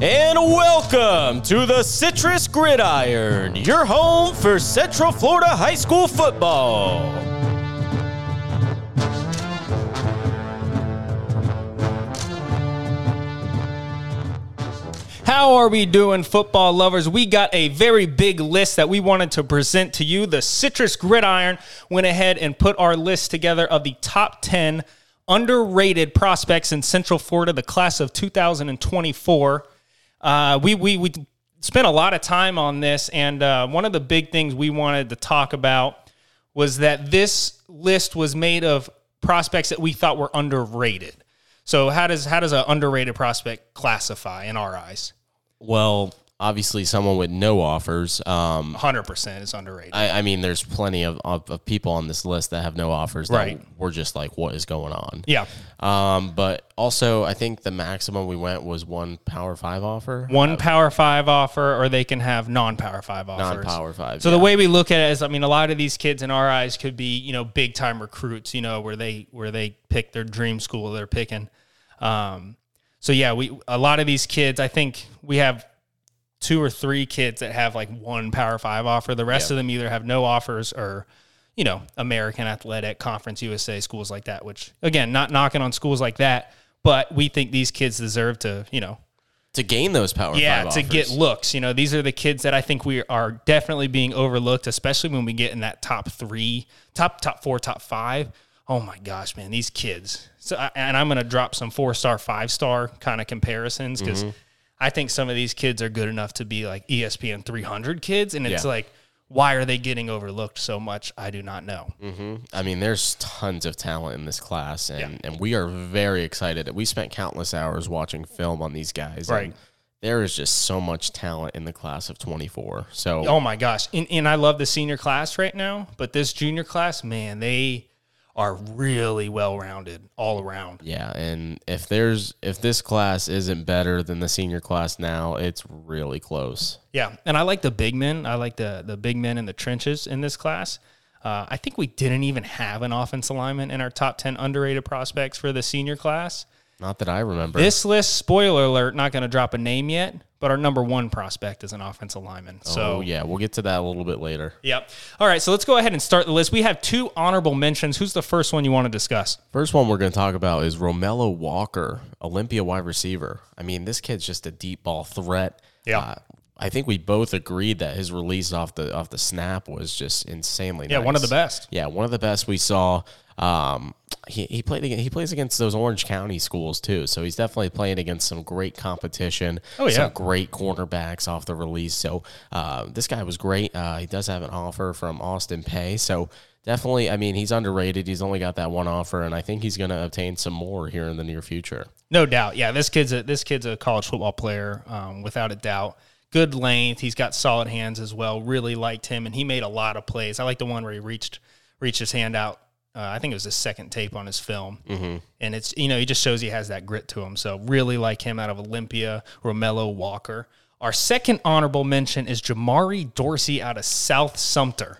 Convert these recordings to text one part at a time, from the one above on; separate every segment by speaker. Speaker 1: And welcome to the Citrus Gridiron, your home for Central Florida high school football. How are we doing, football lovers? We got a very big list that we wanted to present to you. The Citrus Gridiron went ahead and put our list together of the top 10 underrated prospects in Central Florida, the class of 2024. Uh, we, we, we spent a lot of time on this, and uh, one of the big things we wanted to talk about was that this list was made of prospects that we thought were underrated. So how does how does an underrated prospect classify in our eyes?
Speaker 2: Well, obviously, someone with no offers. Um,
Speaker 1: Hundred percent is underrated.
Speaker 2: I, I mean, there's plenty of, of, of people on this list that have no offers. That
Speaker 1: Right.
Speaker 2: We're just like, what is going on?
Speaker 1: yeah,
Speaker 2: Um, but also, I think the maximum we went was one Power Five offer.
Speaker 1: one power five offer, or they can have non-power five offers.
Speaker 2: Non-Power Five,
Speaker 1: So the
Speaker 2: yeah.
Speaker 1: way we look at it is, I mean, a lot of these kids in our eyes could be you know big time recruits, you know, where they where they pick their dream school they're picking. Um, so yeah, we a lot of these kids. I think we have two or three kids that have like one Power Five offer. The rest of them either have no offers or, you know, American Athletic, Conference USA, schools like that. Which again, not knocking on schools like that, but we think these kids deserve to, you know,
Speaker 2: To gain those Power
Speaker 1: yeah,
Speaker 2: Five
Speaker 1: to
Speaker 2: offers.
Speaker 1: get looks. You know, these are the kids that I think we are definitely being overlooked, especially when we get in that top three, top top four, top five. Oh my gosh, man, these kids. So, I- and I'm going to drop some four star, five star kind of comparisons because
Speaker 2: Mm-hmm.
Speaker 1: I think some of these kids are good enough to be like E ESPN 300 kids, and it's
Speaker 2: Yeah.
Speaker 1: like, why are they getting overlooked so much? I do not know.
Speaker 2: Mm-hmm. I mean, there's tons of talent in this class, and, and we are very excited. We spent countless hours watching film on these guys.
Speaker 1: Right.
Speaker 2: And there is just so much talent in the class of 24. So
Speaker 1: Oh my gosh. And, and I love the senior class right now, but this junior class, man, they are really well rounded all around.
Speaker 2: Yeah, and if there's if this class isn't better than the senior class now, it's really close.
Speaker 1: Yeah, and I like the big men. I like the the big men in the trenches in this class. Uh, I think we didn't even have an offensive lineman in our top ten underrated prospects for the senior class.
Speaker 2: Not that I remember.
Speaker 1: This list, spoiler alert, not going to drop a name yet, but our number one prospect is an offensive lineman.
Speaker 2: oh
Speaker 1: So
Speaker 2: yeah, we'll get to that a little bit later.
Speaker 1: Yep. All right, so let's go ahead and start the list. We have two honorable mentions. Who's the first one you want to discuss?
Speaker 2: First one we're going to talk about is Romello Walker, Olympia wide receiver. I mean, this kid's just a deep ball threat. Uh,
Speaker 1: Yeah.
Speaker 2: I think we both agreed that his release off the off the snap was just insanely.
Speaker 1: Yeah, one of the
Speaker 2: nice.
Speaker 1: best.
Speaker 2: Yeah, one of the best we saw. Um, he, he played against, he plays against those Orange County schools too, so he's definitely playing against some great competition.
Speaker 1: Oh, yeah.
Speaker 2: some great cornerbacks off the release. So uh, this guy was great. Uh, he does have an offer from Austin Pay, so definitely. I mean, he's underrated. He's only got that one offer, and I think he's going to obtain some more here in the near future.
Speaker 1: No doubt. Yeah, this kid's a, this kid's a college football player, um, without a doubt. Good length. He's got solid hands as well. Really liked him, and he made a lot of plays. I like the one where he reached reached his hand out. Uh, I think it was the second tape on his film, mm-hmm. and it's you know he just shows he has that grit to him. So really like him out of Olympia, Romello Walker. Our second honorable mention is Jamari Dorsey out of South Sumter.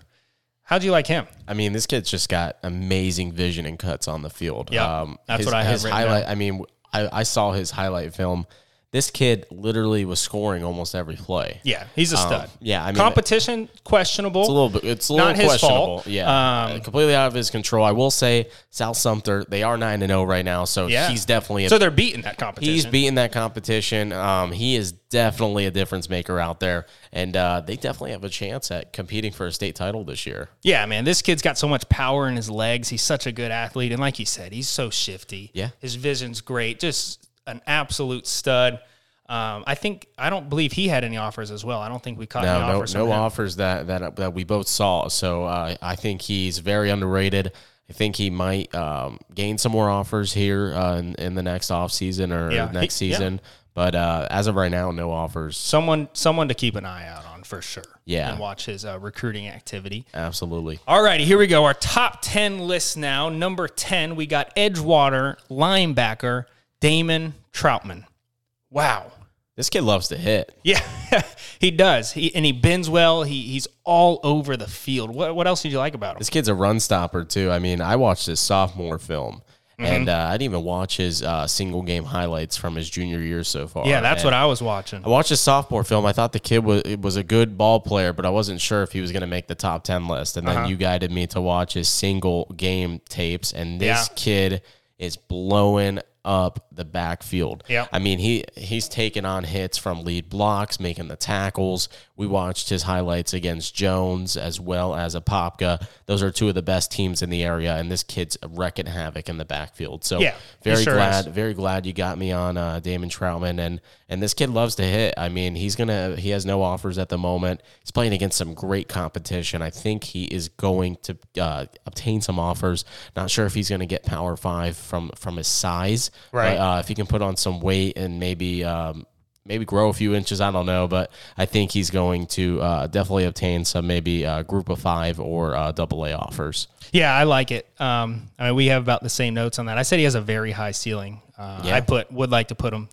Speaker 1: How'd you like him?
Speaker 2: I mean, this kid's just got amazing vision and cuts on the field. Um,
Speaker 1: Yeah, that's
Speaker 2: his,
Speaker 1: what I have
Speaker 2: His
Speaker 1: written
Speaker 2: highlight. I mean, I, I saw his highlight film. This kid literally was scoring almost every play.
Speaker 1: Yeah, he's a stud.
Speaker 2: Um, yeah, I mean-
Speaker 1: competition questionable.
Speaker 2: It's a little bit. It's a little
Speaker 1: Not his
Speaker 2: questionable.
Speaker 1: fault. Um,
Speaker 2: Yeah, uh, completely out of his control. I will say, South Sumter. They are nine and zero right now, so
Speaker 1: Yeah.
Speaker 2: he's definitely a
Speaker 1: so they're beating that competition.
Speaker 2: He's beating that competition. Um, he is definitely a difference maker out there, and uh, they definitely have a chance at competing for a state title this year.
Speaker 1: Yeah, man, this kid's got so much power in his legs. He's such a good athlete, and like you said, he's so shifty.
Speaker 2: Yeah.
Speaker 1: his vision's great. Just an absolute stud. Um, I think I don't believe he had any offers as well. I don't think we caught
Speaker 2: No,
Speaker 1: any
Speaker 2: no,
Speaker 1: offers. from
Speaker 2: no
Speaker 1: him.
Speaker 2: offers that, that that we both saw. So uh, I think he's very underrated. I think he might um, gain some more offers here uh, in, in the next offseason or
Speaker 1: Yeah, he-
Speaker 2: next
Speaker 1: yeah.
Speaker 2: season. But uh, as of right now, no offers.
Speaker 1: Someone, someone to keep an eye out on for sure.
Speaker 2: Yeah.
Speaker 1: and watch his uh, recruiting activity.
Speaker 2: Absolutely.
Speaker 1: All righty, here we go. Our top 10 list now. Number 10, we got Edgewater linebacker Damon Troutman. Wow.
Speaker 2: This kid loves to hit.
Speaker 1: Yeah, he does. He and he bends well. He he's all over the field. What what else did you like about him?
Speaker 2: This kid's a run stopper too. I mean, I watched his sophomore film,
Speaker 1: Mm-hmm.
Speaker 2: And uh, I didn't even watch his uh, single game highlights from his junior year so far.
Speaker 1: Yeah, that's
Speaker 2: And-
Speaker 1: what I was watching.
Speaker 2: I watched his sophomore film. I thought the kid was was a good ball player, but I wasn't sure if he was going to make the top ten list. And then
Speaker 1: Uh-huh.
Speaker 2: you guided me to watch his single game tapes, and this
Speaker 1: Yeah.
Speaker 2: kid is blowing up the backfield.
Speaker 1: Yeah.
Speaker 2: I mean he he's taking on hits from lead blocks, making the tackles. We watched his highlights against Jones as well as Apopka. Those are two of the best teams in the area, and this kid's wrecking havoc in the backfield. So
Speaker 1: Yeah, he
Speaker 2: very
Speaker 1: sure is.
Speaker 2: glad very glad you got me on uh, Damon Troutman, and and this kid loves to hit. I mean, he's gonna he has no offers at the moment. He's playing against some great competition. I think he is going to uh, obtain some offers. Not sure if he's gonna get Power Five from from his size,
Speaker 1: Right.
Speaker 2: But, uh, if he can put on some weight and maybe. Um, Maybe grow a few inches. I don't know, but I think he's going to uh, definitely obtain some maybe uh, group of five or uh, double A offers.
Speaker 1: Yeah, I like it. Um, I mean, we have about the same notes on that. I said he has a very high ceiling. Uh, I put would like to put him,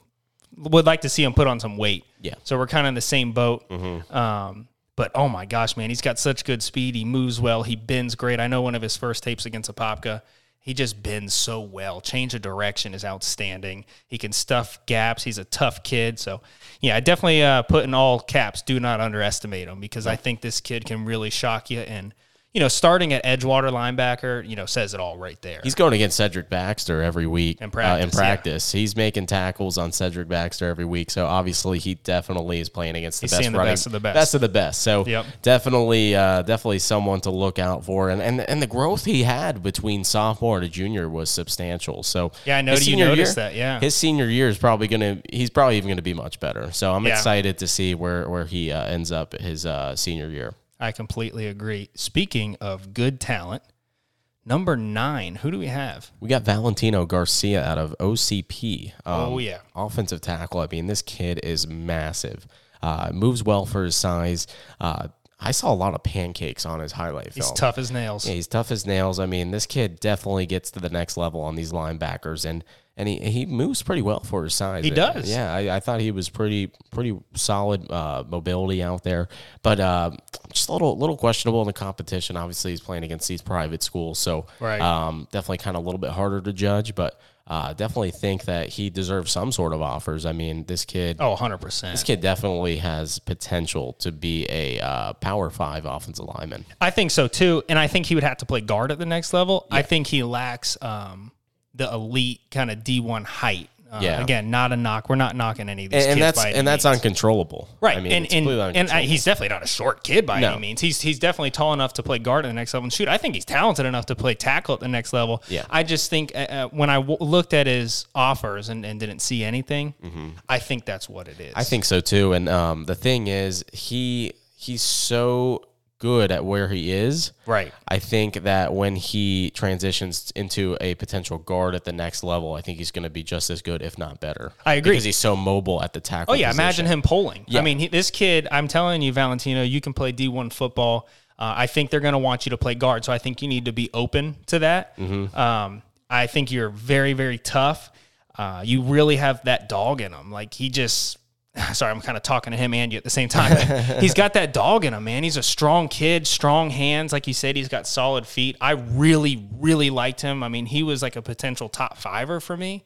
Speaker 1: would like to see him put on some weight.
Speaker 2: Yeah.
Speaker 1: So we're kind of in the same boat. Um, but oh my gosh, man, he's got such good speed. He moves well. He bends great. I know one of his first tapes against Apopka, he just bends so well. Change of direction is outstanding. He can stuff gaps. He's a tough kid. So yeah, I definitely uh, put in all caps. Do not underestimate him because I think this kid can really shock you and you know, starting at Edgewater linebacker, you know, says it all right there.
Speaker 2: He's going against Cedric Baxter every week uh, in
Speaker 1: practice,
Speaker 2: in
Speaker 1: yeah.
Speaker 2: practice, he's making tackles on Cedric Baxter every week. So obviously, he definitely is playing against the
Speaker 1: He's
Speaker 2: best
Speaker 1: seeing the
Speaker 2: running,
Speaker 1: best of the best.
Speaker 2: of the best. So
Speaker 1: Yep.
Speaker 2: definitely, uh, definitely someone to look out for. And, and and the growth he had between sophomore to junior was substantial. So
Speaker 1: Yeah, I
Speaker 2: know.
Speaker 1: noticed you noticed that, yeah.
Speaker 2: his senior year is probably gonna. He's probably even gonna be much better. So I'm
Speaker 1: Yeah.
Speaker 2: excited to see where where he uh, ends up his uh, senior year.
Speaker 1: I completely agree. Speaking of good talent, number nine, who do we have?
Speaker 2: We got Valentino Garcia out of OCP. Um,
Speaker 1: Oh, yeah.
Speaker 2: offensive tackle. I mean, this kid is massive. Uh, moves well for his size. Uh, I saw a lot of pancakes on his highlight
Speaker 1: He's
Speaker 2: film.
Speaker 1: tough as nails.
Speaker 2: Yeah, he's tough as nails. I mean, this kid definitely gets to the next level on these linebackers, and and he, he moves pretty well for his size. Uh,
Speaker 1: He does.
Speaker 2: Yeah, I, I thought he was pretty pretty solid uh, mobility out there, but uh, just a little little questionable in the competition. Obviously, he's playing against these private schools, so
Speaker 1: Right.
Speaker 2: um, definitely kind of a little bit harder to judge, but. Uh, definitely think that he deserves some sort of offers. I mean, this kid,
Speaker 1: Oh, 100%.
Speaker 2: this kid definitely has potential to be a uh, power five offensive lineman.
Speaker 1: I think so too, and I think he would have to play guard at the next level. I think he lacks um, the elite kind of D one height. Uh,
Speaker 2: Yeah.
Speaker 1: Again, not a knock. We're not knocking any of these
Speaker 2: and, and
Speaker 1: kids
Speaker 2: that's
Speaker 1: by any
Speaker 2: and that's
Speaker 1: means.
Speaker 2: uncontrollable,
Speaker 1: right.
Speaker 2: I mean,
Speaker 1: and
Speaker 2: it's
Speaker 1: and,
Speaker 2: completely
Speaker 1: and I,
Speaker 2: uncontrollable.
Speaker 1: he's definitely not a short kid by
Speaker 2: No.
Speaker 1: any means. He's he's definitely tall enough to play guard at the next level. And shoot, I think he's talented enough to play tackle at the next level.
Speaker 2: Yeah.
Speaker 1: I just think uh, uh, when I w- looked at his offers and, and didn't see anything, I think that's what it is.
Speaker 2: Mm-hmm. I think so too. And um, the thing is, he he's so good at where he is.
Speaker 1: Right.
Speaker 2: I think that when he transitions into a potential guard at the next level, I think he's going to be just as good, if not better.
Speaker 1: I agree.
Speaker 2: because he's so mobile at the tackle.
Speaker 1: Oh yeah,
Speaker 2: position.
Speaker 1: imagine him polling. I mean, he, this kid. I'm telling you, Valentino, you can play D1 football. Uh, I think they're going to want you to play guard, so I think you need to be open to that. Um, I think you're very, very tough. Uh, you really have that dog in him. Like he just. Sorry, I'm kind of talking to him and you at the same time. he's got that dog in him, man. He's a strong kid, strong hands. Like you said, he's got solid feet. I really, really liked him. I mean, he was like a potential top fiver for me.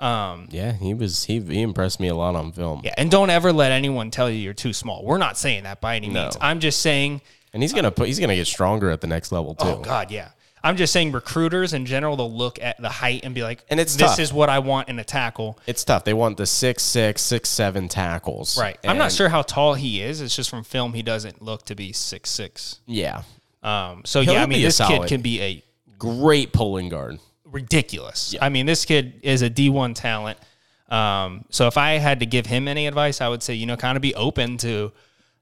Speaker 2: Yeah, he was. He, he impressed me a lot on film.
Speaker 1: Yeah, and don't ever let anyone tell you you're too small. We're not saying that by any means. I'm just saying,
Speaker 2: and he's gonna put. He's gonna get stronger at the next level too.
Speaker 1: oh God, yeah. I'm just saying recruiters in general they'll look at the height and be like,
Speaker 2: And it's
Speaker 1: this
Speaker 2: tough.
Speaker 1: is what I want in a tackle.
Speaker 2: It's tough. They want the six six six seven tackles.
Speaker 1: Right. I'm not
Speaker 2: And-
Speaker 1: sure how tall he is. It's just from film he doesn't look to be six six.
Speaker 2: Yeah,
Speaker 1: Um so
Speaker 2: He'll
Speaker 1: yeah, I
Speaker 2: be
Speaker 1: mean
Speaker 2: a
Speaker 1: this kid
Speaker 2: solid.
Speaker 1: can be a
Speaker 2: great pulling guard.
Speaker 1: ridiculous. I mean, this kid is a D1 talent. Um, so if I had to give him any advice, I would say, you know, kind of be open to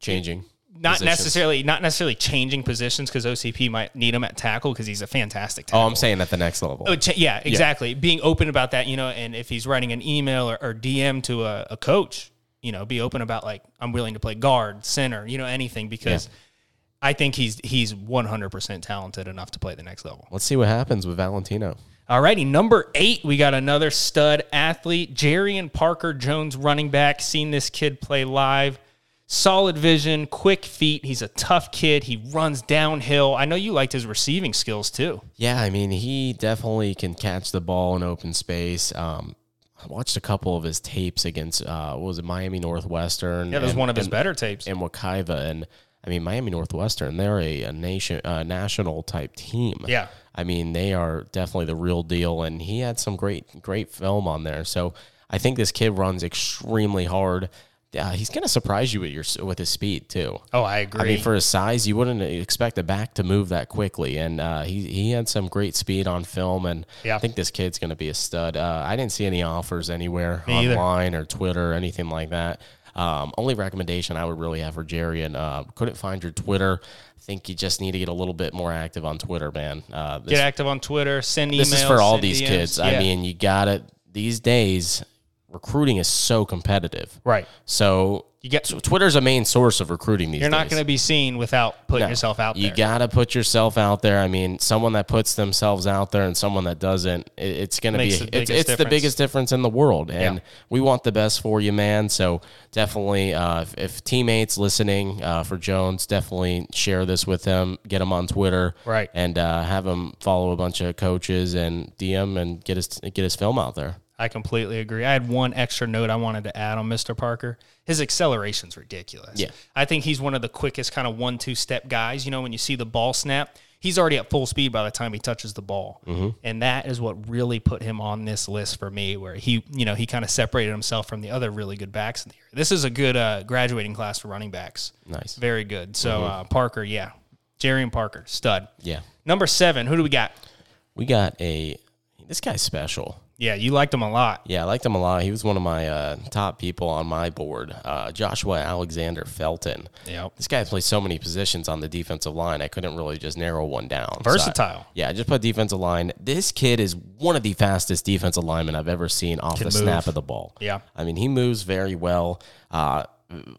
Speaker 2: Changing.
Speaker 1: not
Speaker 2: positions.
Speaker 1: necessarily not necessarily changing positions because OCP might need him at tackle because he's a fantastic
Speaker 2: Oh,
Speaker 1: tackle.
Speaker 2: I'm saying at the next level.
Speaker 1: Oh, cha- yeah, exactly. Being open about that, you know, and if he's writing an email or, or DM to a, a coach, you know, be open about like I'm willing to play guard, center, you know, anything because I think he's he's 100% talented enough to play the next level.
Speaker 2: Let's see what happens with Valentino.
Speaker 1: All righty, number eight, we got another stud athlete, Jerry and Parker Jones, running back. Seen this kid play live. solid vision, quick feet. He's a tough kid. He runs downhill. I know you liked his receiving skills too.
Speaker 2: Yeah, I mean, he definitely can catch the ball in open space. Um, I watched a couple of his tapes against uh, what was it Miami Northwestern?
Speaker 1: Yeah, that was
Speaker 2: and-
Speaker 1: one of his
Speaker 2: and-
Speaker 1: better tapes.
Speaker 2: and Wakiva, and I mean Miami Northwestern. They're a, a nation, uh, national type team.
Speaker 1: Yeah.
Speaker 2: I mean they are definitely the real deal, and he had some great, great film on there. So I think this kid runs extremely hard. Uh, he's gonna surprise you with your with his speed too.
Speaker 1: Oh, I agree.
Speaker 2: I mean, for his size, you wouldn't expect a back to move that quickly, and uh, he he had some great speed on film, and
Speaker 1: Yeah.
Speaker 2: I think this kid's going to be a stud. Uh, I didn't see any offers anywhere
Speaker 1: either.
Speaker 2: online or Twitter or anything like that. Um, only recommendation I would really have for Jerry, and uh, couldn't find your Twitter. I think you just need to get a little bit more active on Twitter, man. Uh, this
Speaker 1: Get active on Twitter. Send emails.
Speaker 2: this is for all
Speaker 1: send
Speaker 2: these
Speaker 1: DMs.
Speaker 2: kids. I
Speaker 1: Yeah.
Speaker 2: mean, you got it. These days, recruiting is so competitive,
Speaker 1: right.
Speaker 2: So.
Speaker 1: You get.
Speaker 2: So Twitter's a main source of recruiting these
Speaker 1: You're not
Speaker 2: days.
Speaker 1: going to be seen without putting
Speaker 2: Yeah.
Speaker 1: yourself out
Speaker 2: You
Speaker 1: there.
Speaker 2: gotta put yourself out there. I mean, someone that puts themselves out there and someone that doesn't, it, it's gonna
Speaker 1: Makes
Speaker 2: be
Speaker 1: the
Speaker 2: it's,
Speaker 1: biggest
Speaker 2: it's the
Speaker 1: difference.
Speaker 2: biggest difference in the world. And
Speaker 1: Yeah.
Speaker 2: we want the best for you, man. So definitely, uh, if, if teammates listening uh, for Jones, definitely share this with them. Get him on Twitter,
Speaker 1: Right.
Speaker 2: and uh, have him follow a bunch of coaches and DM and get his get his film out there.
Speaker 1: I completely agree. I had one extra note I wanted to add on Mr. Parker. His acceleration's ridiculous.
Speaker 2: Yeah.
Speaker 1: I think he's one of the quickest kind of one two step guys. You know, when you see the ball snap, he's already at full speed by the time he touches the ball.
Speaker 2: Mm-hmm.
Speaker 1: And that is what really put him on this list for me, where he, you know, he kind of separated himself from the other really good backs in the year. This is a good uh, graduating class for running backs.
Speaker 2: Nice, Mm-hmm.
Speaker 1: Very good. So uh, Parker, yeah. Jerry and Parker, stud.
Speaker 2: yeah.
Speaker 1: Number seven, who do we got?
Speaker 2: We got a this guy's special.
Speaker 1: Yeah, you liked him a lot.
Speaker 2: Yeah, I liked him a lot. He was one of my uh, top people on my board. Uh, Joshua Alexander Felton.
Speaker 1: Yep.
Speaker 2: This guy plays so many positions on the defensive line. I couldn't really just narrow one down. So I-
Speaker 1: Versatile.
Speaker 2: yeah, I just put defensive line. This kid is one of the fastest defensive linemen I've ever seen off the
Speaker 1: move.
Speaker 2: snap of the ball.
Speaker 1: Yeah.
Speaker 2: I mean, he moves very well. Uh,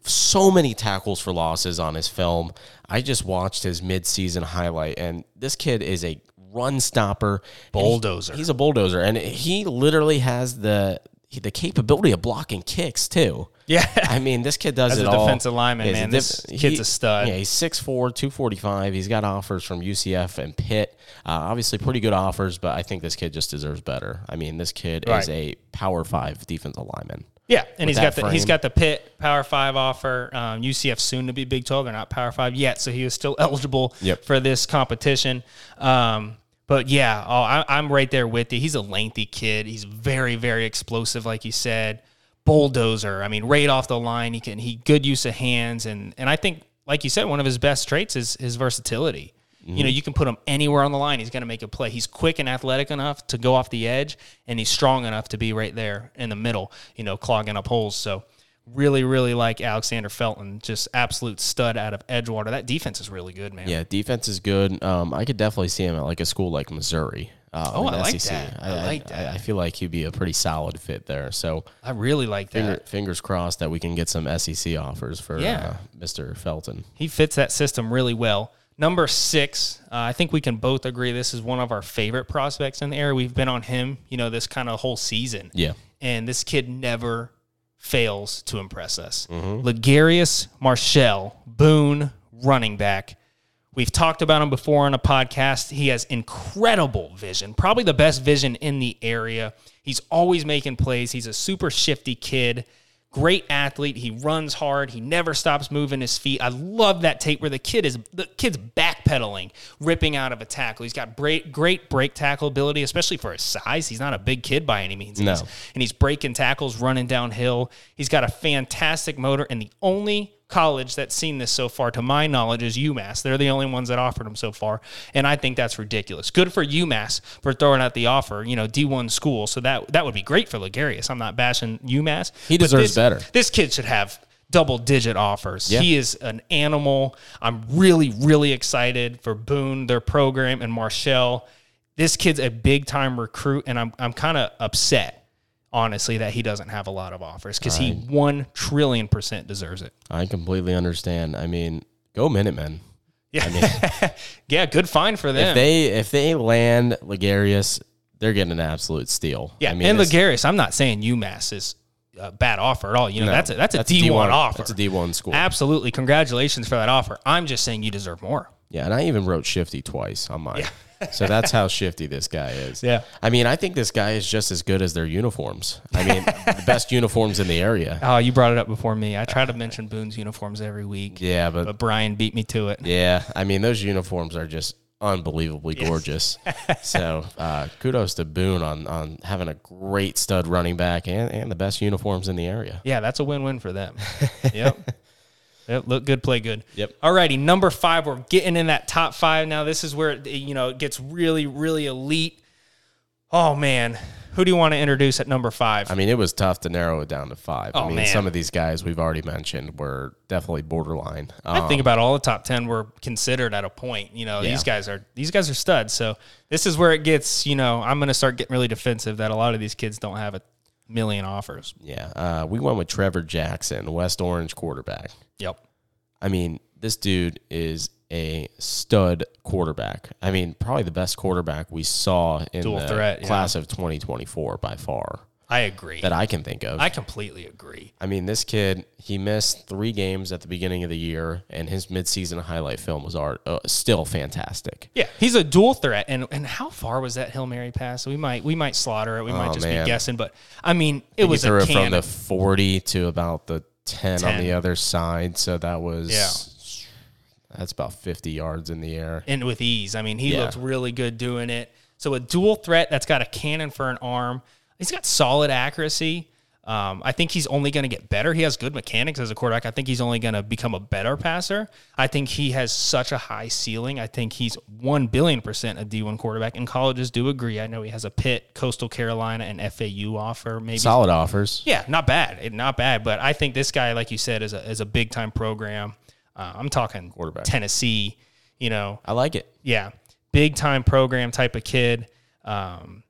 Speaker 2: so many tackles for losses on his film. I just watched his midseason highlight, and this kid is a run stopper, And he-
Speaker 1: Bulldozer.
Speaker 2: he's a bulldozer, and he literally has the the capability of blocking kicks too.
Speaker 1: Yeah.
Speaker 2: I mean, this kid does
Speaker 1: As
Speaker 2: it
Speaker 1: a
Speaker 2: all.
Speaker 1: defensive lineman,
Speaker 2: He's a
Speaker 1: man, this kid's a stud.
Speaker 2: Yeah, he's 6'4", 245. He's got offers from UCF and Pitt. Uh, obviously, pretty good offers, but I think this kid just deserves better. I mean, this kid
Speaker 1: Right.
Speaker 2: is a power five defensive lineman.
Speaker 1: Yeah, and he's
Speaker 2: that
Speaker 1: got the he's
Speaker 2: frame.
Speaker 1: got the Pitt Power Five offer. Um, UCF soon to be Big Twelve. They're not Power Five yet, so he was still eligible
Speaker 2: Yep.
Speaker 1: for this competition. Um, but yeah, oh, I, I'm right there with you. He's a lengthy kid. He's very very explosive, like you said, bulldozer. I mean, right off the line, he can he good use of hands, and and I think like you said, one of his best traits is his versatility. You know, you can put him anywhere on the line. He's going to make a play. He's quick and athletic enough to go off the edge, and he's strong enough to be right there in the middle, you know, clogging up holes. So, really, really like Alexander Felton. Just absolute stud out of Edgewater. That defense is really good, man.
Speaker 2: Yeah, defense is good. Um, I could definitely see him at like a school like Missouri. Uh,
Speaker 1: Oh,
Speaker 2: in
Speaker 1: I
Speaker 2: the
Speaker 1: like that. I like that.
Speaker 2: I, feel like he'd be a pretty solid fit there. So
Speaker 1: I really like that.
Speaker 2: finger, fingers crossed that we can get some SEC offers for
Speaker 1: Yeah.
Speaker 2: uh, Mr. Felton.
Speaker 1: He fits that system really well. Number six, uh, I think we can both agree this is one of our favorite prospects in the area. We've been on him, you know, this kind of whole season.
Speaker 2: Yeah.
Speaker 1: and this kid never fails to impress us. Legarius Marshall, Boone running back. We've talked about him before on a podcast. He has incredible vision, probably the best vision in the area. He's always making plays. He's a super shifty kid, great athlete. He runs hard. He never stops moving his feet. I love that tape where the kid is the kid's backpedaling, ripping out of a tackle. He's got great great break tackle ability, especially for his size. He's not a big kid by any means.
Speaker 2: No.
Speaker 1: He's- and he's breaking tackles, running downhill. He's got a fantastic motor, and the only college that's seen this so far, to my knowledge, is UMass. They're the only ones that offered him so far, and I think that's ridiculous. Good for UMass for throwing out the offer, you know, D1 school. So that that would be great for Ligarius. I'm not bashing UMass.
Speaker 2: He
Speaker 1: but
Speaker 2: deserves
Speaker 1: this-
Speaker 2: better.
Speaker 1: This kid should have double digit offers.
Speaker 2: Yeah.
Speaker 1: He is an animal. I'm really, really excited for Boone, their program, and Marshall. This kid's a big time recruit, and I'm I'm kind of upset, honestly, that he doesn't have a lot of offers because he one trillion percent deserves it.
Speaker 2: I completely understand. I mean, go Minutemen.
Speaker 1: Yeah, yeah, good find for them.
Speaker 2: If they if they land Ligarius, they're getting an absolute steal.
Speaker 1: yeah,
Speaker 2: I mean,
Speaker 1: and
Speaker 2: this-
Speaker 1: Ligarius, I'm not saying UMass is a bad offer at all. You know,
Speaker 2: No,
Speaker 1: that's a, that's a
Speaker 2: that's a
Speaker 1: D one
Speaker 2: D1
Speaker 1: offer.
Speaker 2: that's a D1 school.
Speaker 1: Absolutely, congratulations for that offer. I'm just saying you deserve more.
Speaker 2: Yeah, and I even wrote Shifty twice on mine. so that's how shifty this guy is.
Speaker 1: Yeah.
Speaker 2: I mean, I think this guy is just as good as their uniforms. I mean, the best uniforms in the area.
Speaker 1: Oh, you brought it up before me. I try to mention Boone's uniforms every week,
Speaker 2: Yeah, but
Speaker 1: but Brian beat me to it.
Speaker 2: yeah, I mean, those uniforms are just unbelievably gorgeous. so uh, kudos to Boone on, on having a great stud running back and, and the best uniforms in the area.
Speaker 1: Yeah, that's a win-win for them. Yep. Yep, look good, play good.
Speaker 2: Yep.
Speaker 1: All righty, number five. We're getting in that top five now. This is where it, you know it gets really, really elite. Oh man, who do you want to introduce at number five?
Speaker 2: I mean, it was tough to narrow it down to five.
Speaker 1: Oh,
Speaker 2: I mean,
Speaker 1: man.
Speaker 2: some of these guys we've already mentioned were definitely borderline. Um,
Speaker 1: I think about all the top ten were considered at a point. You know,
Speaker 2: Yeah.
Speaker 1: these guys are these guys are studs. So this is where it gets. You know, I'm going to start getting really defensive that a lot of these kids don't have a million offers.
Speaker 2: yeah, uh, we went with Trevor Jackson, West Orange quarterback.
Speaker 1: Yep.
Speaker 2: I mean, this dude is a stud quarterback. I mean, probably the best quarterback we saw in
Speaker 1: Dual
Speaker 2: the
Speaker 1: threat, yeah.
Speaker 2: class of 2024 by far
Speaker 1: I agree.
Speaker 2: that I can think of.
Speaker 1: I completely agree.
Speaker 2: I mean, this kid, he missed three games at the beginning of the year, and his midseason highlight film was art, uh, still fantastic.
Speaker 1: Yeah, he's a dual threat. And and how far was that Hail Mary pass? We might we might slaughter it. We might just
Speaker 2: Oh, man.
Speaker 1: be guessing. But I mean, it
Speaker 2: He
Speaker 1: was
Speaker 2: threw
Speaker 1: a
Speaker 2: it from
Speaker 1: cannon.
Speaker 2: the 40 to about the 10, on
Speaker 1: 10.
Speaker 2: the other side. So that was,
Speaker 1: Yeah.
Speaker 2: that's about 50 yards in the air.
Speaker 1: and with ease. I mean, he
Speaker 2: Yeah.
Speaker 1: looked really good doing it. So a dual threat that's got a cannon for an arm. He's got solid accuracy. Um, I think he's only going to get better. He has good mechanics as a quarterback. I think he's only going to become a better passer. I think he has such a high ceiling. I think he's 1 billion percent a D1 quarterback, and colleges do agree. I know he has a Pitt, Coastal Carolina, and FAU offer, maybe
Speaker 2: Solid offers.
Speaker 1: yeah, not bad, It- not bad. But I think this guy, like you said, is a is a big time program. Uh, I'm talking
Speaker 2: Quarterback.
Speaker 1: Tennessee. You know,
Speaker 2: I like it.
Speaker 1: yeah, big time program type of kid. Um,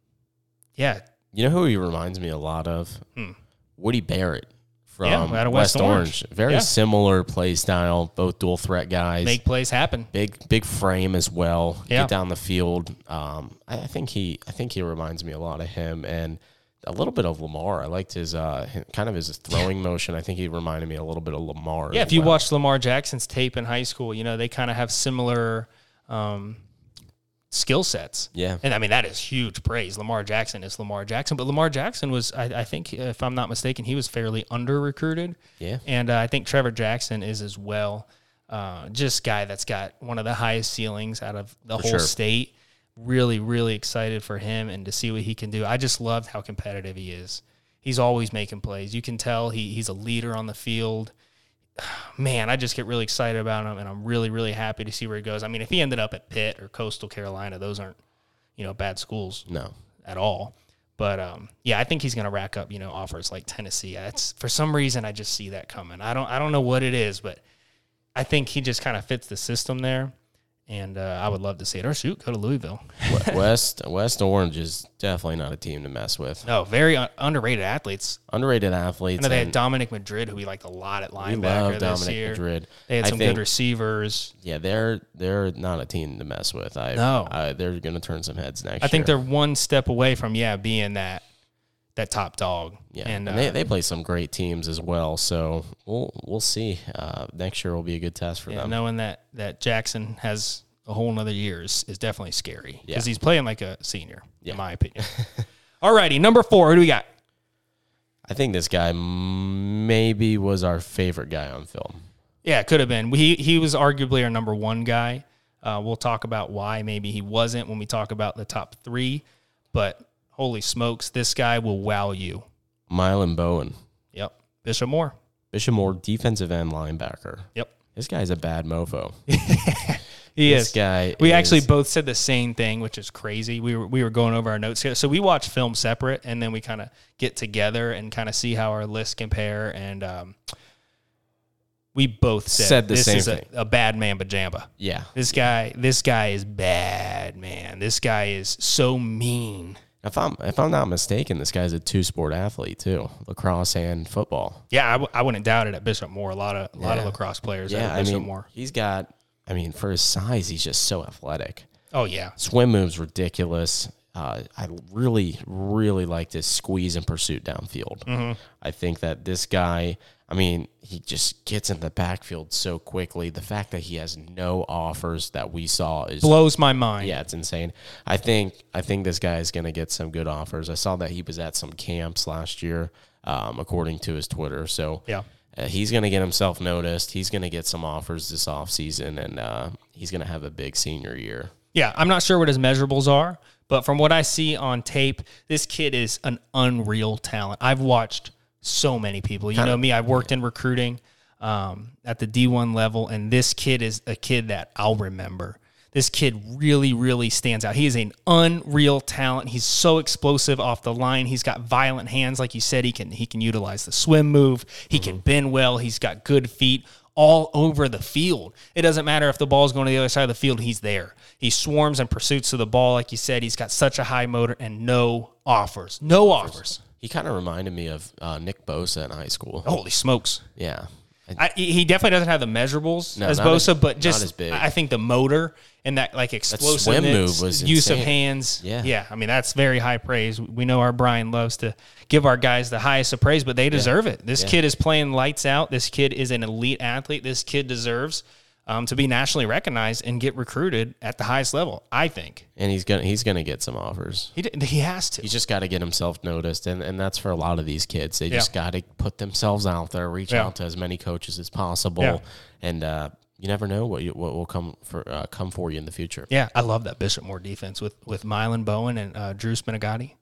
Speaker 1: yeah,
Speaker 2: You know who he reminds me a lot of? Woody Barrett from
Speaker 1: Hmm. Yeah, out of
Speaker 2: West,
Speaker 1: West
Speaker 2: Orange.
Speaker 1: Orange.
Speaker 2: Very
Speaker 1: Yeah.
Speaker 2: similar play style, both dual threat guys.
Speaker 1: make plays happen.
Speaker 2: big big frame as well.
Speaker 1: Yeah.
Speaker 2: Get down the field. Um, I, I think he I think he reminds me a lot of him and a little bit of Lamar. I liked his uh, hi- kind of his throwing motion. I think he reminded me a little bit of Lamar.
Speaker 1: Yeah,
Speaker 2: as
Speaker 1: if you
Speaker 2: well.
Speaker 1: watch Lamar Jackson's tape in high school, you know they kind of have similar um, skill sets.
Speaker 2: Yeah.
Speaker 1: and I mean that is huge praise. Lamar Jackson is Lamar Jackson, but Lamar Jackson was, I, I think, if I'm not mistaken, he was fairly under recruited.
Speaker 2: Yeah.
Speaker 1: and uh, I think Trevor Jackson is as well. Uh, just guy that's got one of the highest ceilings out of the whole
Speaker 2: sure.
Speaker 1: state. Really, really excited for him and to see what he can do. I just loved how competitive he is. He's always making plays. You can tell he, he's a leader on the field man, I just get really excited about him, and I'm really, really happy to see where he goes. I mean, if he ended up at Pitt or Coastal Carolina, those aren't, you know, bad schools
Speaker 2: No.
Speaker 1: at all. But um, yeah, I think he's going to rack up, you know, offers like Tennessee. That's for some reason I just see that coming. I don't, I don't know what it is, but I think he just kind of fits the system there, and uh, I would love to see it. Or shoot, go to Louisville.
Speaker 2: We- West West Orange is definitely not a team to mess with.
Speaker 1: No, very un- underrated athletes.
Speaker 2: Underrated athletes.
Speaker 1: I know they had
Speaker 2: and
Speaker 1: Dominic Madrid, who we liked a lot at
Speaker 2: we
Speaker 1: linebacker
Speaker 2: love
Speaker 1: this
Speaker 2: Dominic
Speaker 1: year.
Speaker 2: Madrid.
Speaker 1: They had
Speaker 2: I
Speaker 1: some
Speaker 2: think-
Speaker 1: good receivers.
Speaker 2: Yeah, they're they're not a team to mess with. I
Speaker 1: No.
Speaker 2: I, they're going to turn some heads next.
Speaker 1: I think
Speaker 2: year.
Speaker 1: they're one step away from yeah being that that top dog.
Speaker 2: yeah, and,
Speaker 1: and, uh,
Speaker 2: they, they play some great teams as well. So we'll we'll see. Uh, next year will be a good test for
Speaker 1: yeah,
Speaker 2: them.
Speaker 1: knowing that that Jackson has a whole nother year is, is definitely scary
Speaker 2: Yeah.
Speaker 1: because he's playing like a senior
Speaker 2: Yeah.
Speaker 1: in my opinion. All righty, number four. Who do we got?
Speaker 2: I think this guy m- maybe was our favorite guy on film.
Speaker 1: Yeah, it could have been. He he was arguably our number one guy. Uh, we'll talk about why maybe he wasn't when we talk about the top three. But holy smokes, this guy will wow you.
Speaker 2: Mylon Bowen,
Speaker 1: Yep, Bishop Moore.
Speaker 2: Bishop Moore, defensive end linebacker.
Speaker 1: Yep,
Speaker 2: This guy's a bad mofo.
Speaker 1: he
Speaker 2: This guy.
Speaker 1: We
Speaker 2: is-
Speaker 1: actually both said the same thing, which is crazy. We were we were going over our notes here, so we watch film separate, and then we kind of get together and kind of see how our lists compare. And um, we both said,
Speaker 2: Said the
Speaker 1: this
Speaker 2: same
Speaker 1: is a-
Speaker 2: thing.
Speaker 1: A, bad man, bajamba.
Speaker 2: yeah.
Speaker 1: This guy, this guy is bad man. This guy is so mean.
Speaker 2: If I'm if I'm not mistaken, this guy's a two sport athlete too, lacrosse and football.
Speaker 1: Yeah, I, w- I wouldn't doubt it at Bishop Moore. A lot of a lot of
Speaker 2: Yeah.
Speaker 1: lacrosse players
Speaker 2: Yeah,
Speaker 1: at
Speaker 2: I
Speaker 1: Bishop
Speaker 2: mean,
Speaker 1: Moore.
Speaker 2: he's got. I mean, for his size, he's just so athletic.
Speaker 1: Oh yeah,
Speaker 2: swim moves ridiculous. Uh, I really, really like this squeeze and pursuit downfield. I think that this guy, I mean, he just gets in the backfield so quickly. The fact that he has no offers that we saw is
Speaker 1: Blows my mind.
Speaker 2: yeah, it's insane. I think I think this guy is going to get some good offers. I saw that he was at some camps last year, um, according to his Twitter. So
Speaker 1: Yeah.
Speaker 2: uh, he's going to get himself noticed. He's going to get some offers this offseason, and uh, he's going to have a big senior year.
Speaker 1: Yeah, I'm not sure what his measurables are, but from what I see on tape, this kid is an unreal talent. I've watched so many people. You know me, I've worked in recruiting um, at the D1 level, and this kid is a kid that I'll remember. This kid really, really stands out. He is an unreal talent. He's so explosive off the line. He's got violent hands, like you said. He can he can utilize the swim move. He can bend well. He's got good feet all over the field. It doesn't matter if the ball's going to the other side of the field, he's there. He swarms and pursuits to the ball, like you said. He's got such a high motor and no offers. No offers.
Speaker 2: He kind of reminded me of uh, Nick Bosa in high school.
Speaker 1: Holy smokes.
Speaker 2: Yeah, I-
Speaker 1: I, he he definitely doesn't have the measurables
Speaker 2: No,
Speaker 1: as
Speaker 2: not as-
Speaker 1: Bosa, but
Speaker 2: not
Speaker 1: just
Speaker 2: as big.
Speaker 1: I think the motor and that like explosive
Speaker 2: move was
Speaker 1: use of
Speaker 2: insane.
Speaker 1: hands.
Speaker 2: Yeah.
Speaker 1: yeah. I mean that's very high praise. We know our Brian loves to give our guys the highest of praise, but they deserve it. This kid is playing lights out. This kid is an elite athlete. This kid deserves um, to be nationally recognized and get recruited at the highest level. I think
Speaker 2: and he's gonna he's gonna get some offers.
Speaker 1: he did, he has to.
Speaker 2: He's just got to get himself noticed, and, and that's for a lot of these kids. They just got to put themselves out there, reach
Speaker 1: Yeah.
Speaker 2: out to as many coaches as possible,
Speaker 1: Yeah.
Speaker 2: and uh, you never know what you, what will come for uh, come for you in the future.
Speaker 1: Yeah, I love that Bishop Moore defense with with Mylan Bowen and uh, Drew Spinagati.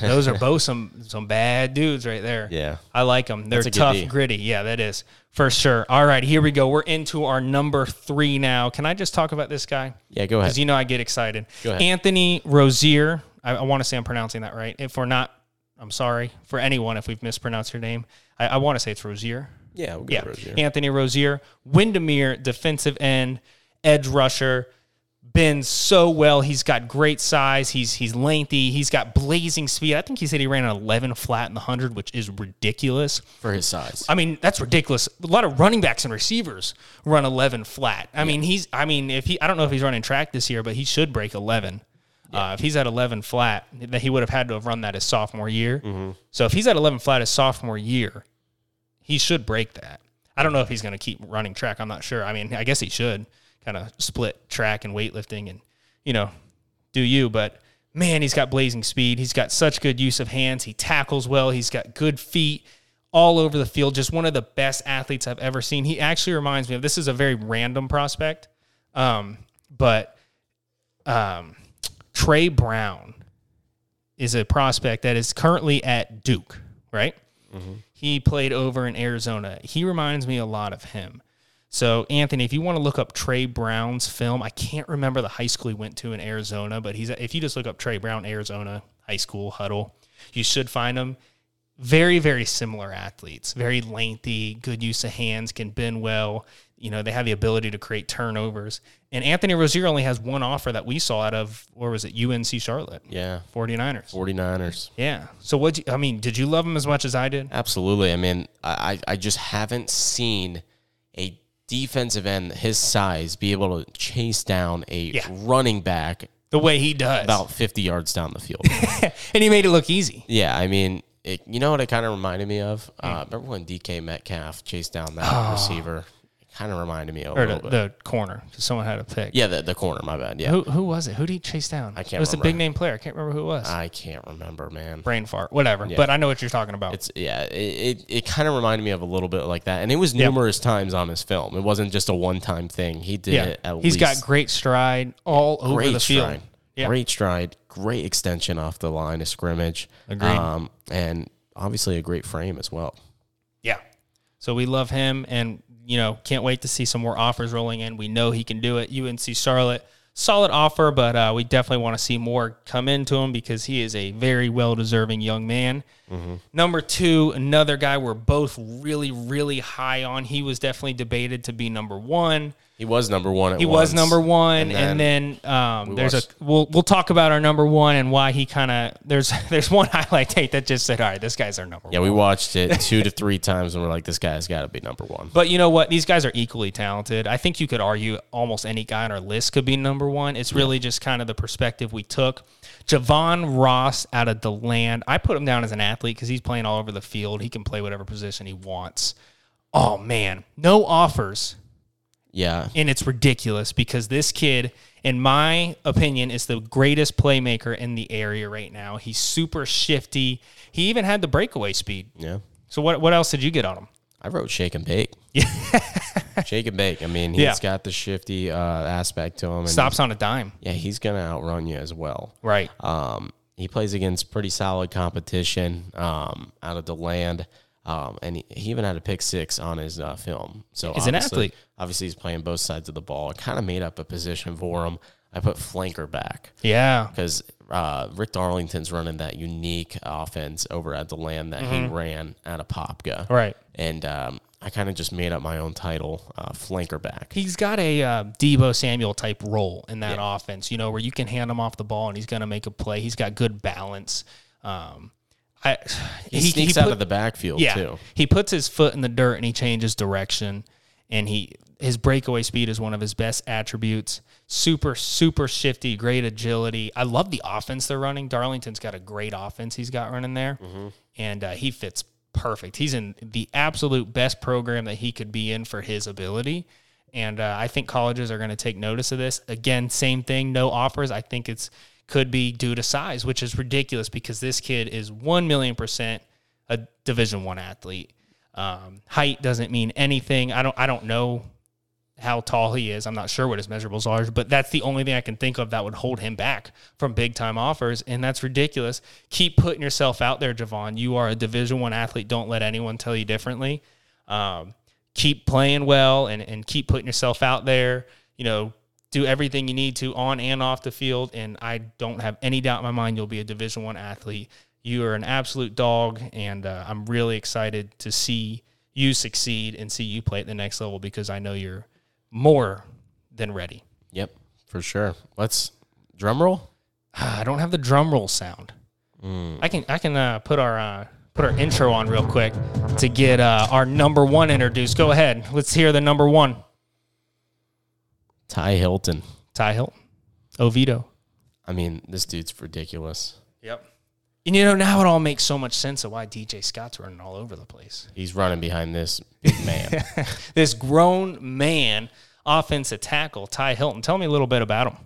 Speaker 1: Those are both some some bad dudes right there.
Speaker 2: Yeah.
Speaker 1: I like them. They're
Speaker 2: a good
Speaker 1: tough,
Speaker 2: D.
Speaker 1: gritty. Yeah, that is for sure. All right, here we go. We're into our number three now. Can I just talk about this guy?
Speaker 2: Yeah, go ahead.
Speaker 1: Because you know I get excited.
Speaker 2: ahead.
Speaker 1: Anthony Rozier. I, I want to say I'm pronouncing that right. If we're not, I'm sorry for anyone if we've mispronounced your name. I, I want to say it's Rozier.
Speaker 2: yeah, we'll go
Speaker 1: Yeah.
Speaker 2: Rozier.
Speaker 1: Anthony Rozier, Windermere, defensive end, edge rusher, bends so well. He's got great size. He's he's lengthy. He's got blazing speed. I think he said he ran an 11 flat in the 100, which is ridiculous.
Speaker 2: for his size.
Speaker 1: I mean, that's ridiculous. A lot of running backs and receivers run 11 flat. I mean, he's I mean, if he I don't know if he's running track this year, but he should break 11. Uh, if he's at 11 flat, that he would have had to have run that his sophomore year. So if he's at 11 flat his sophomore year, he should break that. I don't know if he's going to keep running track. I'm not sure. I mean, I guess he should kind of split track and weightlifting and, you know, do you. But man, he's got blazing speed. He's got such good use of hands. He tackles well. He's got good feet all over the field. Just one of the best athletes I've ever seen. He actually reminds me of this is a very random prospect, um, but um, Trey Brown is a prospect that is currently at Duke, right? He played over in Arizona. He reminds me a lot of him. So, Anthony, if you want to look up Trey Brown's film, I can't remember the high school he went to in Arizona, but he's if you just look up Trey Brown, Arizona high school huddle, you should find him. Very, very similar athletes. Very lengthy, good use of hands, can bend well. You know, they have the ability to create turnovers. And Anthony Rozier only has one offer that we saw out of, or was it UNC Charlotte?
Speaker 2: yeah,
Speaker 1: 49ers.
Speaker 2: 49ers.
Speaker 1: Yeah. So what? I mean, did you love him as much as I did?
Speaker 2: Absolutely. I mean, I, I I just haven't seen a defensive end his size be able to chase down a
Speaker 1: Yeah.
Speaker 2: running back
Speaker 1: The way he does,
Speaker 2: about 50 yards down the field.
Speaker 1: and he made it look easy.
Speaker 2: yeah, I mean, it, you know what it kind of reminded me of?
Speaker 1: Hmm.
Speaker 2: Uh, remember when DK Metcalf chased down that
Speaker 1: Ah.
Speaker 2: receiver? It kind of reminded me a
Speaker 1: Or
Speaker 2: little
Speaker 1: the,
Speaker 2: bit.
Speaker 1: the corner, because someone had a pick.
Speaker 2: yeah, the, the corner, my bad. Yeah.
Speaker 1: Who who was it? Who did he chase down? I
Speaker 2: can't
Speaker 1: It was a
Speaker 2: remember. Uh,
Speaker 1: big name player. I can't remember who it was.
Speaker 2: I can't remember, man.
Speaker 1: Brain fart. Whatever. But I know what you're talking about.
Speaker 2: It's yeah, it it, it kind of reminded me of a little bit like that, and it was numerous times on his film. It wasn't just a one time thing. He did
Speaker 1: yeah.
Speaker 2: it at
Speaker 1: He's
Speaker 2: least
Speaker 1: got great stride all over
Speaker 2: great
Speaker 1: the field.
Speaker 2: stride,
Speaker 1: Yeah.
Speaker 2: great stride, great extension off the line of scrimmage.
Speaker 1: Agreed.
Speaker 2: Um, and obviously a great frame as well.
Speaker 1: Yeah. So we love him and, you know, can't wait to see some more offers rolling in. We know he can do it. UNC Charlotte, solid offer, but uh, we definitely want to see more come into him because he is a very well deserving young man. Number two, another guy we're both really, really high on. He was definitely debated to be number one.
Speaker 2: He He was number one. At
Speaker 1: He
Speaker 2: once.
Speaker 1: was number one,
Speaker 2: And
Speaker 1: and then, um, there's
Speaker 2: watched-
Speaker 1: a we'll we'll talk about our number one and why he kind of there's there's one highlight tape that just said, all right, this guy's our number
Speaker 2: Yeah,
Speaker 1: one.
Speaker 2: we watched it two to three times, and we're like, this guy's got to be number one.
Speaker 1: But you know what? These guys are equally talented. I think you could argue almost any guy on our list could be number one. It's really just kind of the perspective we took. Javon Ross out of Deland. I put him down as an athlete because he's playing all over the field. He can play whatever position he wants. Oh man, no offers
Speaker 2: Yeah,
Speaker 1: and it's ridiculous because this kid, in my opinion, is the greatest playmaker in the area right now. He's super shifty. He even had the breakaway speed.
Speaker 2: yeah.
Speaker 1: So what what else did you get on him?
Speaker 2: I wrote shake and bake. Yeah, shake and bake. I mean, he's
Speaker 1: Yeah.
Speaker 2: got the shifty uh, aspect to him. And
Speaker 1: Stops on a dime.
Speaker 2: Yeah, he's gonna outrun you as well.
Speaker 1: Right.
Speaker 2: Um, he plays against pretty solid competition um, out of the land, um, and he, he even had a pick six on his uh, film. So
Speaker 1: He's an
Speaker 2: obviously-
Speaker 1: athlete.
Speaker 2: Obviously, he's playing both sides of the ball. I kind of made up a position for him. I put flanker back
Speaker 1: Yeah.
Speaker 2: because uh, Rick Darlington's running that unique offense over at the land that he ran out of Popka.
Speaker 1: Mm-hmm. Right.
Speaker 2: And um, I kind of just made up my own title, uh, flanker back.
Speaker 1: He's got a uh, Debo Samuel type role in that offense, you know, where you can hand him off the ball and he's going to make a play. He's got good balance. Um, I,
Speaker 2: He, sneaks out of the backfield
Speaker 1: Yeah.
Speaker 2: too.
Speaker 1: He puts his foot in the dirt and he changes direction and he his breakaway speed is one of his best attributes. Super super shifty, great agility. I love the offense they're running. Darlington's got a great offense he's got running there. And uh, he fits perfect. He's in the absolute best program that he could be in for his ability. And uh, I think colleges are going to take notice of this. Again, same thing, no offers. I think it's could be due to size, which is ridiculous because this kid is 1 million percent a division one athlete um, height doesn't mean anything i don't i don't know how tall he is i'm not sure what his measurables are but that's the only thing i can think of that would hold him back from big time offers and that's ridiculous keep putting yourself out there javon you are a division one athlete don't let anyone tell you differently um, keep playing well and, and keep putting yourself out there you know do everything you need to on and off the field and i don't have any doubt in my mind you'll be a division one athlete you are an absolute dog and uh, i'm really excited to see you succeed and see you play at the next level because i know you're more than ready
Speaker 2: Yep, for sure. Let's drum roll.
Speaker 1: i don't have the drum roll sound i can i can uh, put our uh, put our intro on real quick to get uh, our number one introduced go ahead let's hear the number one
Speaker 2: Ty Hilton.
Speaker 1: ty hilton oviedo
Speaker 2: I mean, this dude's ridiculous.
Speaker 1: Yep. And you know, now it all makes so much sense of why DJ Scott's running all over the place.
Speaker 2: He's running behind this big man.
Speaker 1: This grown man, offensive tackle, Ty Hilton. Tell me a little bit about him.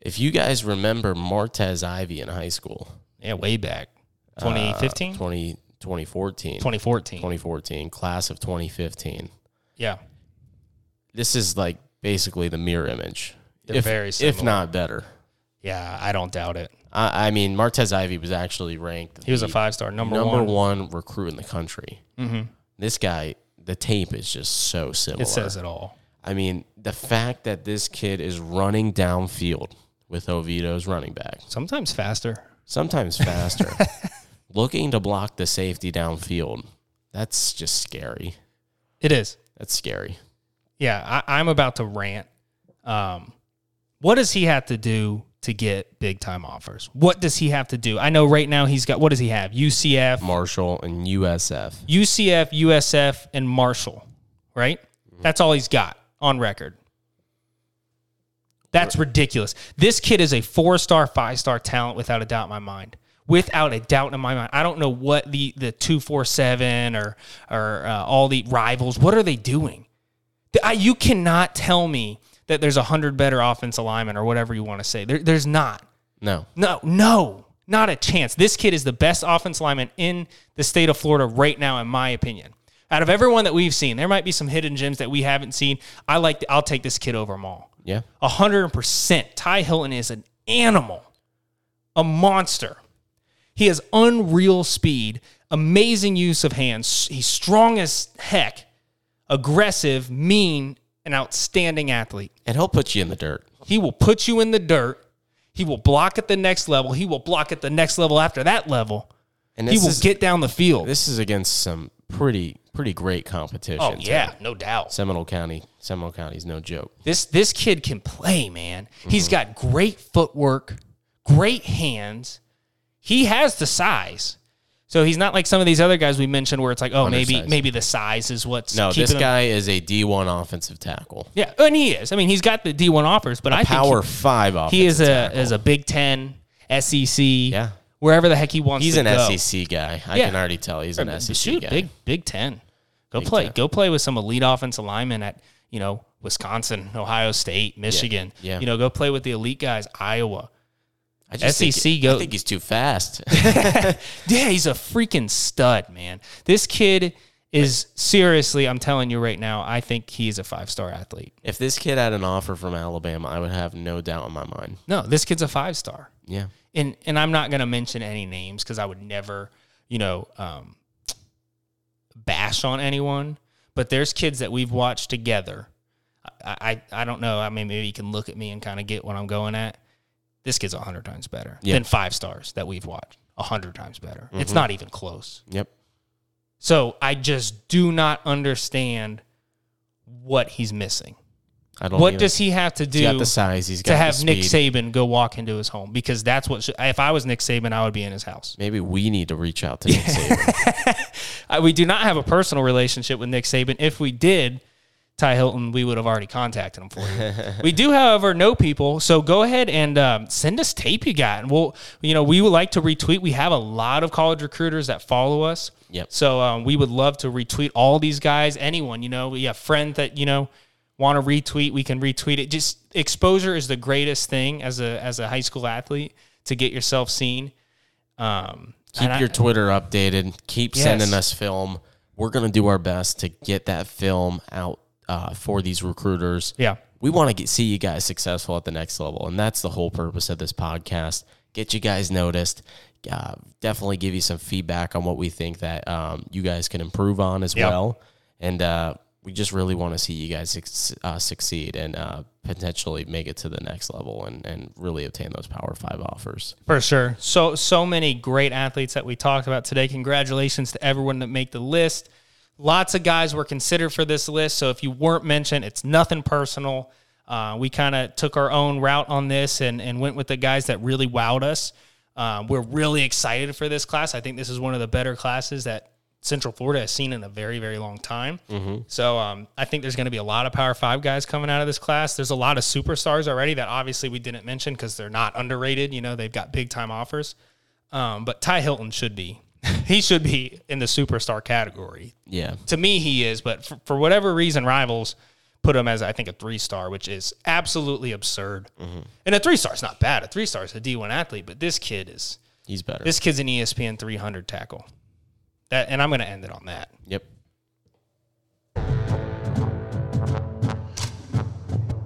Speaker 2: if you guys remember Martez Ivy in high school,
Speaker 1: Yeah, way back.
Speaker 2: uh,
Speaker 1: 2015?
Speaker 2: 20, 2014,
Speaker 1: 2014.
Speaker 2: 2014, class of 2015.
Speaker 1: Yeah.
Speaker 2: This is like basically the mirror image.
Speaker 1: They're
Speaker 2: if,
Speaker 1: very
Speaker 2: If
Speaker 1: similar.
Speaker 2: not better.
Speaker 1: Yeah, I don't doubt it.
Speaker 2: I, I mean, Martez Ivy was actually ranked
Speaker 1: He was a
Speaker 2: the
Speaker 1: five star, number,
Speaker 2: number
Speaker 1: one. Mm-hmm.
Speaker 2: one. recruit in the country. This guy, the tape is just so similar.
Speaker 1: It says it all.
Speaker 2: I mean, the fact that this kid is running downfield with Oviedo's running back,
Speaker 1: Sometimes faster.
Speaker 2: sometimes faster, looking to block the safety downfield, that's just scary.
Speaker 1: It is.
Speaker 2: That's scary.
Speaker 1: Yeah, I, I'm about to rant. Um, what does he have to do to get big time offers? What does he have to do? I know right now he's got, what does he have? UCF,
Speaker 2: Marshall and USF.
Speaker 1: UCF, USF, and Marshall, right? That's all he's got on record. That's ridiculous. This kid is a four star, five star talent without a doubt in my mind. Without a doubt in my mind. I don't know what the, the 247 or, or uh, all the rivals, what are they doing? The- I, you cannot tell me that there's a 100 better offensive linemen or whatever you want to say. There, there's not.
Speaker 2: No,
Speaker 1: No, no, not a chance. This kid is the best offense lineman in the state of Florida right now, in my opinion. Out of everyone that we've seen, there might be some hidden gems that we haven't seen. I like. I'll take this kid over them all.
Speaker 2: yeah.
Speaker 1: A hundred percent. Ty Hilton is an animal, a monster. He has unreal speed, amazing use of hands. He's strong as heck, aggressive, mean, an outstanding athlete.
Speaker 2: And he'll put you in the dirt.
Speaker 1: He will put you in the dirt. He will block at the next level. He will block at the next level after that level.
Speaker 2: And
Speaker 1: He
Speaker 2: this
Speaker 1: will
Speaker 2: is,
Speaker 1: get down the field.
Speaker 2: this is against some pretty pretty great competition.
Speaker 1: Oh
Speaker 2: too.
Speaker 1: yeah, no doubt.
Speaker 2: Seminole County. Seminole County is no joke.
Speaker 1: This this kid can play, man.
Speaker 2: Mm-hmm.
Speaker 1: He's got great footwork, great hands. He has the size. So he's not like some of these other guys we mentioned where it's like, oh, maybe
Speaker 2: Undersized.
Speaker 1: maybe the size is what's
Speaker 2: No,
Speaker 1: keeping
Speaker 2: this
Speaker 1: him-
Speaker 2: guy is a D one offensive tackle.
Speaker 1: Yeah, and he is. I mean, he's got the D1 offers, but I
Speaker 2: Power
Speaker 1: think
Speaker 2: five offensive.
Speaker 1: he, he is a
Speaker 2: tackle.
Speaker 1: is a Big 10 SEC,
Speaker 2: Yeah.
Speaker 1: wherever the heck he wants
Speaker 2: He's
Speaker 1: to
Speaker 2: an E
Speaker 1: go.
Speaker 2: SEC guy. I
Speaker 1: Yeah. Uh,
Speaker 2: can already tell he's an SEC
Speaker 1: Shoot,
Speaker 2: E guy.
Speaker 1: big Big Ten. Go play. Go play with some elite offensive linemen at you know Wisconsin, Ohio State, Michigan.
Speaker 2: yeah.
Speaker 1: You know, go play with the elite guys, Iowa.
Speaker 2: I just think-
Speaker 1: SEC go-
Speaker 2: I think he's too fast.
Speaker 1: Yeah, he's a freaking stud, man. This kid is seriously. I'm telling you right now. I think he is a five star athlete.
Speaker 2: if this kid had an offer from Alabama, I would have no doubt in my mind.
Speaker 1: No, this kid's a five star.
Speaker 2: Yeah.
Speaker 1: and and I'm not gonna mention any names because I would never, you know, um, bash on anyone. But there's kids that we've watched together. I I, I don't know. I mean, maybe you can look at me and kind of get what I'm going at. This kid's a hundred times better
Speaker 2: Yeah.
Speaker 1: than five stars that we've watched. A hundred times better. It's not even close.
Speaker 2: Yep.
Speaker 1: So I just do not understand what he's missing.
Speaker 2: I don't
Speaker 1: What
Speaker 2: either.
Speaker 1: does he have to do?
Speaker 2: he's got the size? He's got
Speaker 1: to
Speaker 2: the
Speaker 1: have Nick
Speaker 2: speed.
Speaker 1: Saban go walk into his home because that's what should, if I was Nick Saban, I would be in his house.
Speaker 2: Maybe we need to reach out to Nick Saban.
Speaker 1: I, we do not have a personal relationship with Nick Saban. If we did, Ty Hilton, we would have already contacted him for you. we do, however, know people, so go ahead and um, send us tape you got, and we'll, you know, we would like to retweet. We have a lot of college recruiters that follow us.
Speaker 2: Yep.
Speaker 1: So um, we would love to retweet all these guys. Anyone, you know, we have friends that you know want to retweet, we can retweet it. Just exposure is the greatest thing as a as a high school athlete to get yourself seen. Um,
Speaker 2: Keep
Speaker 1: and I-
Speaker 2: your Twitter updated. Keep
Speaker 1: Yes.
Speaker 2: sending us film. We're gonna do our best to get that film out uh, for these recruiters.
Speaker 1: yeah.
Speaker 2: we want to get, see you guys successful at the next level, and that's the whole purpose of this podcast. Get you guys noticed. Uh, definitely give you some feedback on what we think that um, you guys can improve on as
Speaker 1: Yeah.
Speaker 2: well, and uh, we just really want to see you guys suc uh, succeed and uh, potentially make it to the next level and, and really obtain those Power Five offers.
Speaker 1: For sure. So so many great athletes that we talked about today. Congratulations to everyone that make the list. Lots of guys were considered for this list. So if you weren't mentioned, it's nothing personal. Uh, we kind of took our own route on this and and went with the guys that really wowed us. Um, we're really excited for this class. I think this is one of the better classes that Central Florida has seen in a very, very long time. So um, I think there's going to be a lot of Power Five guys coming out of this class. There's a lot of superstars already that obviously we didn't mention because they're not underrated. You know, they've got big time offers. Um, but Ty Hilton should be. he should be in the superstar category.
Speaker 2: Yeah,
Speaker 1: To me, he is. But for, for whatever reason, rivals put him as, I think, a three star, which is absolutely absurd. And a three star is not bad. A three star is a D1 athlete, but this kid is.
Speaker 2: he's better.
Speaker 1: E This kid's an ESPN 300 tackle. That, and I'm going to end it on that.
Speaker 2: yep.